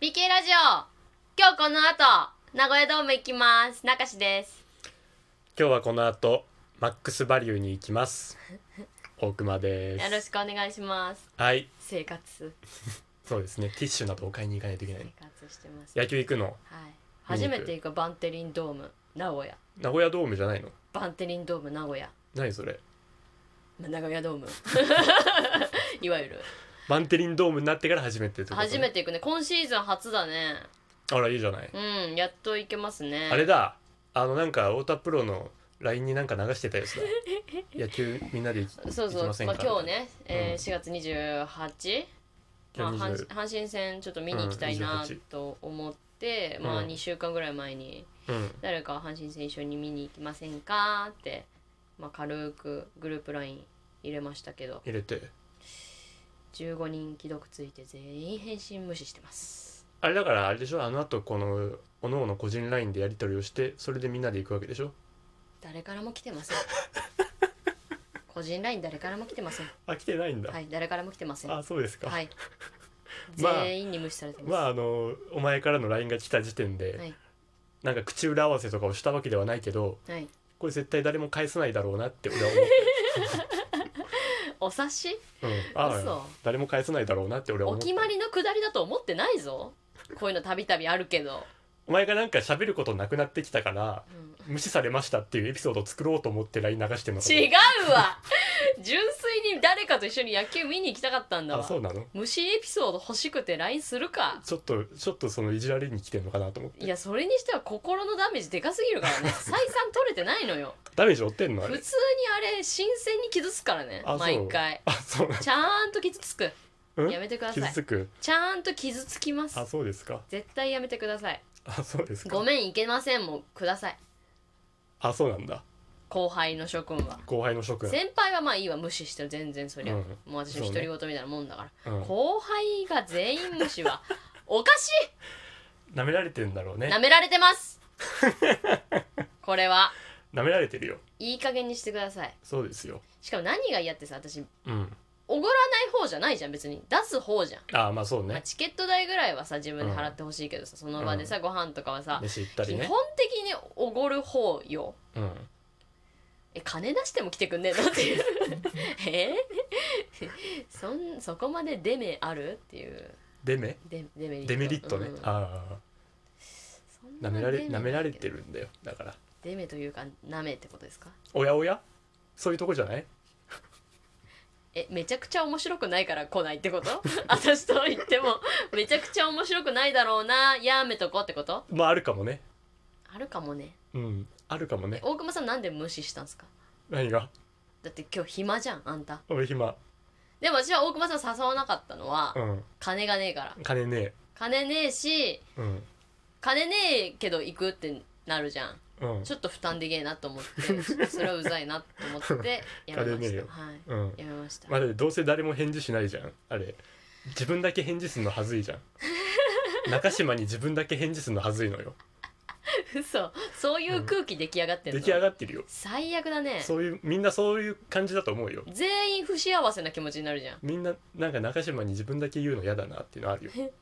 BK ラジオ今日この後名古屋ドーム行きます中志です今日はこの後マックスバリューに行きます大熊ですよろしくお願いしますはい生活そうですねティッシュなどを買いに行かないといけな生い活してますはい野球行くの初めて行くバンテリンドーム名古屋名古屋ドームじゃないのバンテリンドーム名古屋何それまあ名古屋 ドームいわゆるバンテリンドームになってから初めてってことね初めて行くね今シーズン初だねあらいいじゃない、うんやっと行けますねあれだあのなんか太田プロの LINE になんか流してたやつ だ野球みんなで行きそう行そきうませんまかあ、今日ね、えうー、ん4月28まあ、今日阪20阪神戦ちょっと見に行きたいなうん28と思って、まあうん2週間ぐらい前にうん誰か阪神戦一緒に見に行きませんかって、まあ、軽くグループ LINE 入れましたけど入れて15人既読ついて全員返信無視してますあれだからあれでしょあの後このおのの個人 LINE でやり取りをしてそれでみんなで行くわけでしょ誰からも来てま せん個人 LINE 誰からも来てませんあ来てないんだ、はい誰からも来てませんはあそうですか、い まあ全員に無視されてます、まああのお前からの LINE が来た時点で、はいなんか口裏合わせとかをしたわけではないけどはいこれ絶対誰も返さないだろうなって俺は 思っお察して、うん、あ嘘あ誰も返さないだろうなって俺はお思って決まりのくだりだと思ってないぞこういうのたびたびあるけど、お前がなんか喋ることなくなってきたからうん無視されましたっていうエピソードを作ろうと思って LINE 流してます違うわ純粋に誰かと一緒に野球見に行きたかったんだあわそうなの虫エピソード欲しくて LINE するかちょっとちょっとそのいじられに来てんのかなと思っていやそれにしては心のダメージでかすぎる からね採算取れてないのよダメージ負ってんのあ普れ通にあれ新鮮に傷つくからねあそう毎回あそうなちゃんと傷つくのやめてくださ傷いつくちゃんと傷つきますあそうですか絶対やめてくださいあそうですかごめんいけませんもくださいあそうなんだ後輩の諸君は後輩の諸君、先輩はまあいいわ無視してる全然そりゃ、うんもう私の独り言みたいなもんだから、うん、後輩が全員無視 はおかし舐められてんだろういねなめられてます これは舐められてるよいい加減にしてくださいそうですよしかも何が嫌ってさ私うんおごらない方じゃないじゃん別に出す方じゃん、ああまあそうまあ、ねチケット代ぐらいはさ自分で払ってほしいけどさその場でさ、ご飯とかはさ、飯行った基り本ね的におごる方ようんえ金出しても来てくんねえのっていう え ーそんそこまでデメあるっていうデメデデメリットデメリットね、うんあそんなあ舐められデメ舐められてるるんだよだからデメというかなめってことですかおやおやそういうとこじゃないえめちゃくちゃ面白くないから来ないってこと 私と言ってもめちゃくちゃ面白くないだろうなやめとこうってことまああるかもねあるかもねうんあるかもね大熊さんなんで無視したんですか何がだって今日暇じゃんあんた俺暇でも私は大熊さん誘わなかったのは、うん金がねえから金ね金ねえしえうん金ねえけど行くってなるじゃんうんちょっと負担でげえなと思って ちょっとそれはうざいなと思ってやめ金まねえしよたはいうんやめましたまあだってどうせ誰も返事しないじゃんあれ自分だけ返事するのはずいじ ゃん中島に自分だけ返事するのはずいのよ嘘そういう空気出来上がってんの、出来上がってるよ最悪だねそういうみんなそういう感じだと思うよ全員不幸せな気持ちになるじゃんみんななんか中島に自分だけ言うの嫌だなっていうのあるよ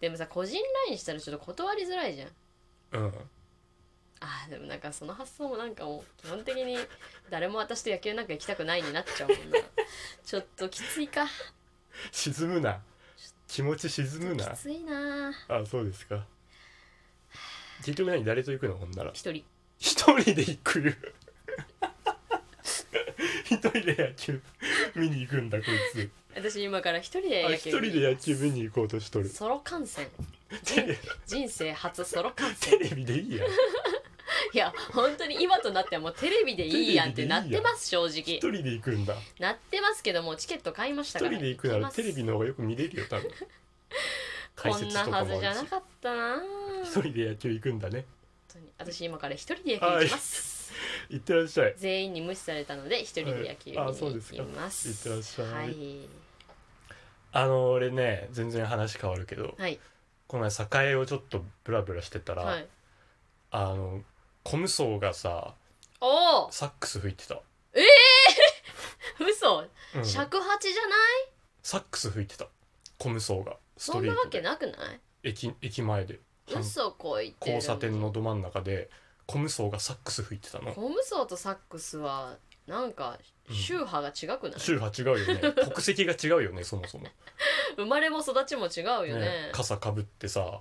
でもさ個人 LINE したらちょっと断りづらいじゃんうんあーでもなんかその発想もなんかもう基本的に誰も私と野球なんか行きたくないになっちゃうもん なちょっときついか沈むな気持ち沈むきなついなあそうです か結局何誰と行くのほんなら一人一人で行くよ 一人で野球見に行くんだこいつ私今から一人であ野球一人で野球見に行こうとしとるソロ観戦テレ人生初ソロ観戦テレビで いいやんいや本当に今となってはもうテレビでいいやんってなってます正一直人で行くんだなってますけどもチケット買いまし一たから人で行くなきらますテレビの方がよく見れるよ多分こんなはずじゃなかったな一本人で野球行くんだね当に私今から一人で野球行きます行ってらっしゃい全員に無視されたので一人で野球見にはいあそうですか行きます,、行ってらっしゃいはい、あの俺ね全然話変わるけどはいこの前栄をちょっとブラブラしてたら、はい、あのコムソーがさおおサックス吹いてた、嘘うん尺八じゃないサックス吹いてたコムソーがスそトんリーなわトけでなくない駅駅前で反嘘こいてる交差点のど真ん中でコムソーがサックス吹いてたのホムソーとサックスはなんか宗派が違くない、宗派違うよね国籍が違うよねそもそも、 生まれも育ちも違うよねね、傘かぶってさ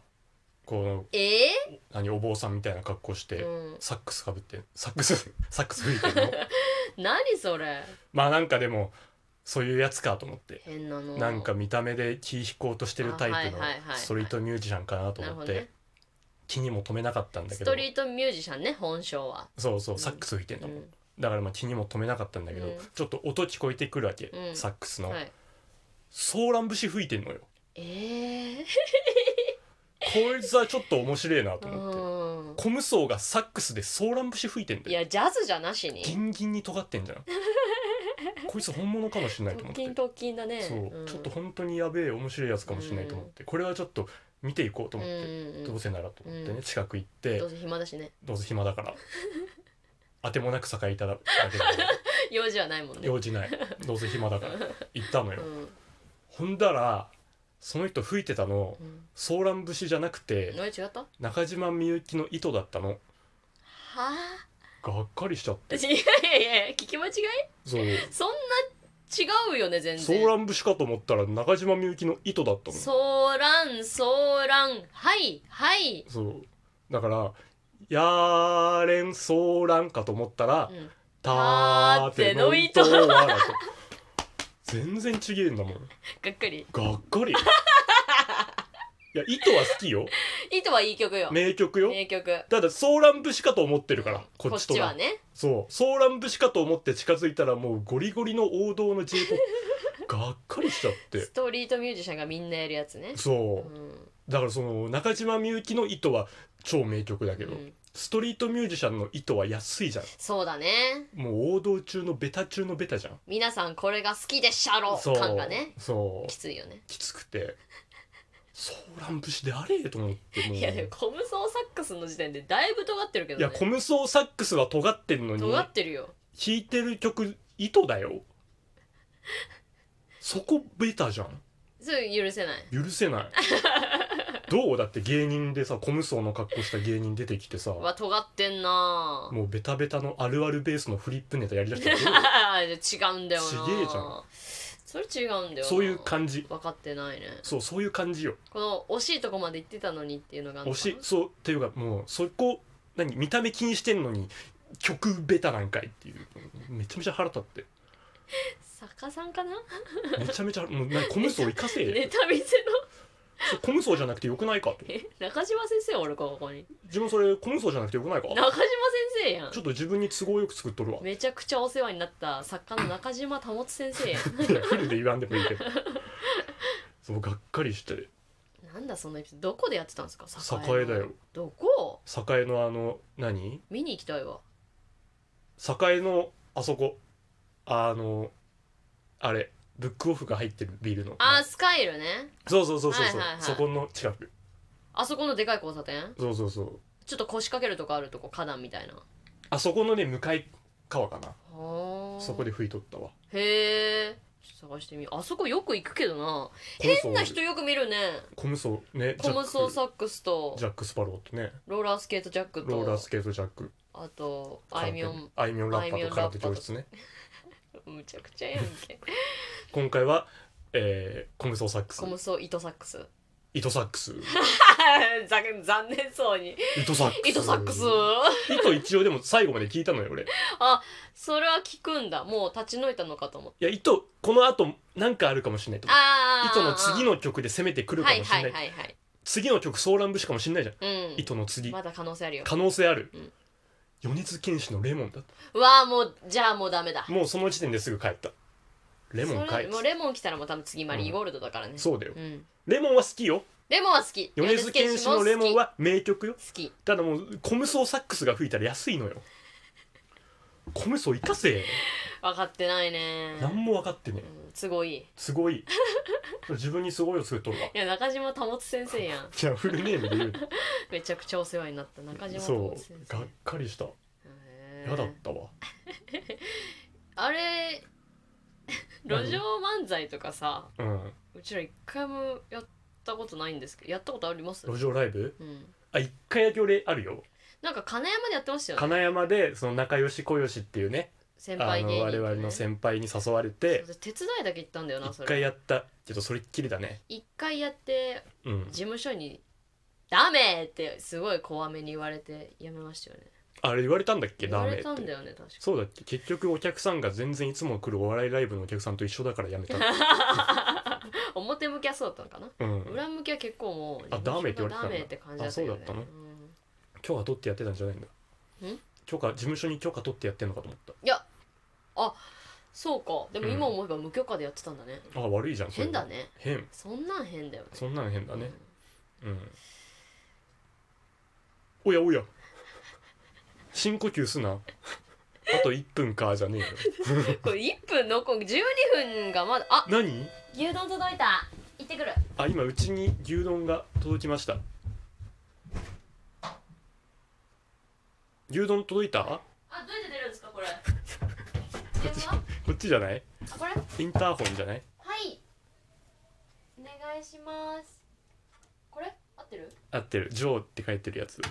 こえう何お坊さんみたいな格好して、ーうん、サックスかぶってサックス サックス吹いてるの何それまあなんかでもそういうやつかと思って変なのなんか見た目で気引こうとしてるタイプのあはいはいはいはいストリートミュージシャンかなと思っなるほどてね気にも留めなかったんだスけどトリートミュージシャンね本性は、そうそううんサックス吹いてんうのんだからまあ気にも留めなかったんだけどうんちょっと音聞こえてくるわけうんサックスのはい、ソーラン節吹いてんのよえー、こいつはちょっと面白いなと思ってうコムソーがサックスでソーラン節吹いてんんいだよやジャズじゃなしにギンギンに尖ってん じゃんこいつ本物かもしれないと思特勤って特勤だねそう、んちょっと本当にやべえ面白いやつかもしれないと思って、これはちょっと見ていこうと思って、うんどうせならと思ってね、うん近く行っうんてどうせ暇だしね どうせ暇だから当てもなく栄えただけど 用事はないもんね用事ないどうせ暇だから行ったのうよ、んほんだらその人吹いてたのうんソーラン節じゃなくてあれ違ったは中島みゆきの糸だったのあがっかりしちゃっ いてやいやいや聞き間違いそうそんな違うよね全然ソーラン節かと思ったら中島みゆきの糸だったのソーランソーランはいはい、そうだから「やーれんそーらん」かと思ったらうん「たーての糸は」だと全然ちげえんだもんがっかりがっかりいや糸は好きよ糸はいい曲よ名曲よ名曲ただソーラン節かと思ってるからこっちとははねそうソーラン節かと思って近づいたらもうゴリゴリの王道の J−POP がっかりしちゃっ てストリートミュージシャンがみんなやるやつねうそうんだからその中島みゆきの糸は超名曲だけど、うんストリートミュージシャンの糸は安いじゃんそうだねもう王道中のベタ中のベタじゃん皆さんこれが好きでしゃろそう感がねそうきついよねきつくてソーラン節であれと思ってもういやでもコムソーサックスの時点でだいぶ尖ってるけいどやねコムソーサックスは尖ってるのに尖ってるよ弾いてる曲糸だよそこベタじゃんそれ許せない許 せないどうだって芸人でさコムソーの格好した芸人出てきてさうわ尖ってんなぁもうベタベタのあるあるベースのフリップネタや りだしたらどう違うんだよなぁちげえじゃんそれ違うんだよなぁそういう感じ分かってないねそうそういう感じよこの惜しいとこまで行ってたのにっていうのがあんの推かなしそうっていうかもうそこ何見た目気にしてんのに曲ベタなんかいっていうめちゃめちゃ腹立って作家さんかなめちゃめちゃもうなんかコムソー生かせ ネえタ見せそうコムソーじゃなくてよくないかとのえ中島先生おるかここに自分それコムソーじゃなくてよくないか中島先生やんちょっと自分に都合よく作っとるわめちゃくちゃお世話になった作家の中島保先生やんいやフルで言わんでもい いけどそうがっかりして なんだそのエピソードどこでやってたんですか栄えだよどこ栄のあの何見に行きたいわ栄のあそこあのあれブックオフが入ってるビルのあースカイルねそうそうそうそうそう、はいはいはいそこの近くあそこのでかい交差点そうそうそうちょっと腰掛けるとこあるとこ花壇みたいなあそこのね向かい川かなそこでで吹いとったわへえ探してみようあそこよく行くけどなコムソー変な人よく見るねコムソーねコムソージャサッックスとクジャック・スパローとねローラースケートジャックとローラースケートジャックあとあいみょんあいみょんラッパーと空手あいみょんラッパー教と室ねむちゃくちゃやんけ今回は、えー、コムソーサックスコムソー糸サック ス糸サッ クス残残念そうに糸サックス糸サックス糸一応でも最後まで聞いたのよ俺いそれは聞くんだもう立ち退いたのかと思ってや糸この後なんかあるかもしれないと思ああ糸の次の曲で攻めてくるかもしれない,、はいはいはい次の曲ソーラン節かもしれないじゃん、はい糸うのん次まだ可能性あるよ可能性ある、うん米津玄師の「レモン」だったうわあもうじゃあもうダメだもうその時点ですぐ帰ったレモそンかれいもうレモン来たらもう多分次マリーゴールドだからね、そうだよう、ん、レモンは好きよレモンは好き米津玄師の「レモン」は名曲よ好き好ただもうコムソーサックスが吹いたら安いのよコムソー生かせき分かってないね何も分かってねうえんすごいいすごい自分にすごいを作っとるわや中島保先生やんいやフルネームで言うとめちゃくちゃお世話になった中島そ保先う生がっかりしたへーやだったわあれ 何路上漫才とかさうんうちら一回もやったことないんですけどやったことあります路上ライブうんあ一回だけ俺あるよなんか金山でやってましたよね金山でその仲良し小良しっていうね先あ輩芸の人我とね々の先輩に誘われてそう手伝いだけ行ったんだよなそれ一回やったけどそれっきりだね一回やってうん事務所に「ダメ!」ってすごい怖めに言われてやめましたよねあれ言われたんだっけ言ダわメっれてたんだよね確かそうだっけ結局お客さんが全然いつも来るお笑いライブのお客さんと一緒だからや めた表向きはそうだったのかな、うん裏向きは結構もうあダメって言われてたんだダメって感じだったけど、ね、あそうだったのん許可取ってやってたんじゃないんだん許可事務所に許可取ってやってんのかと思っいやあそうかでも今思えば無許可でやってたんだね、たあ悪いじゃんそれ変だね変そんなん変だよねそんなん変だね うんうんおやおや深呼吸すなあと1分かじゃねえよこれ1分のこ12分がまだあ何牛丼届いた行ってくるあ今うちに牛丼が届きました牛丼届いたあどうやって出るんですかこれ こっちこっちじゃないあこれインターホンじゃないはいお願いしますこれ合ってる合ってる「ジョー」って書いてるやつ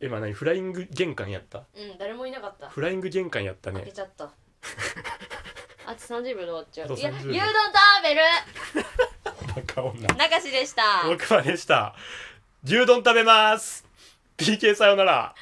今何フライング玄関やったうん誰もいなかったフライング玄関やった開けねちゃった あと30秒で終わっちゃあとういや30牛秒丼食べるバカ女中志でした僕はでした牛丼食べます PK さよなら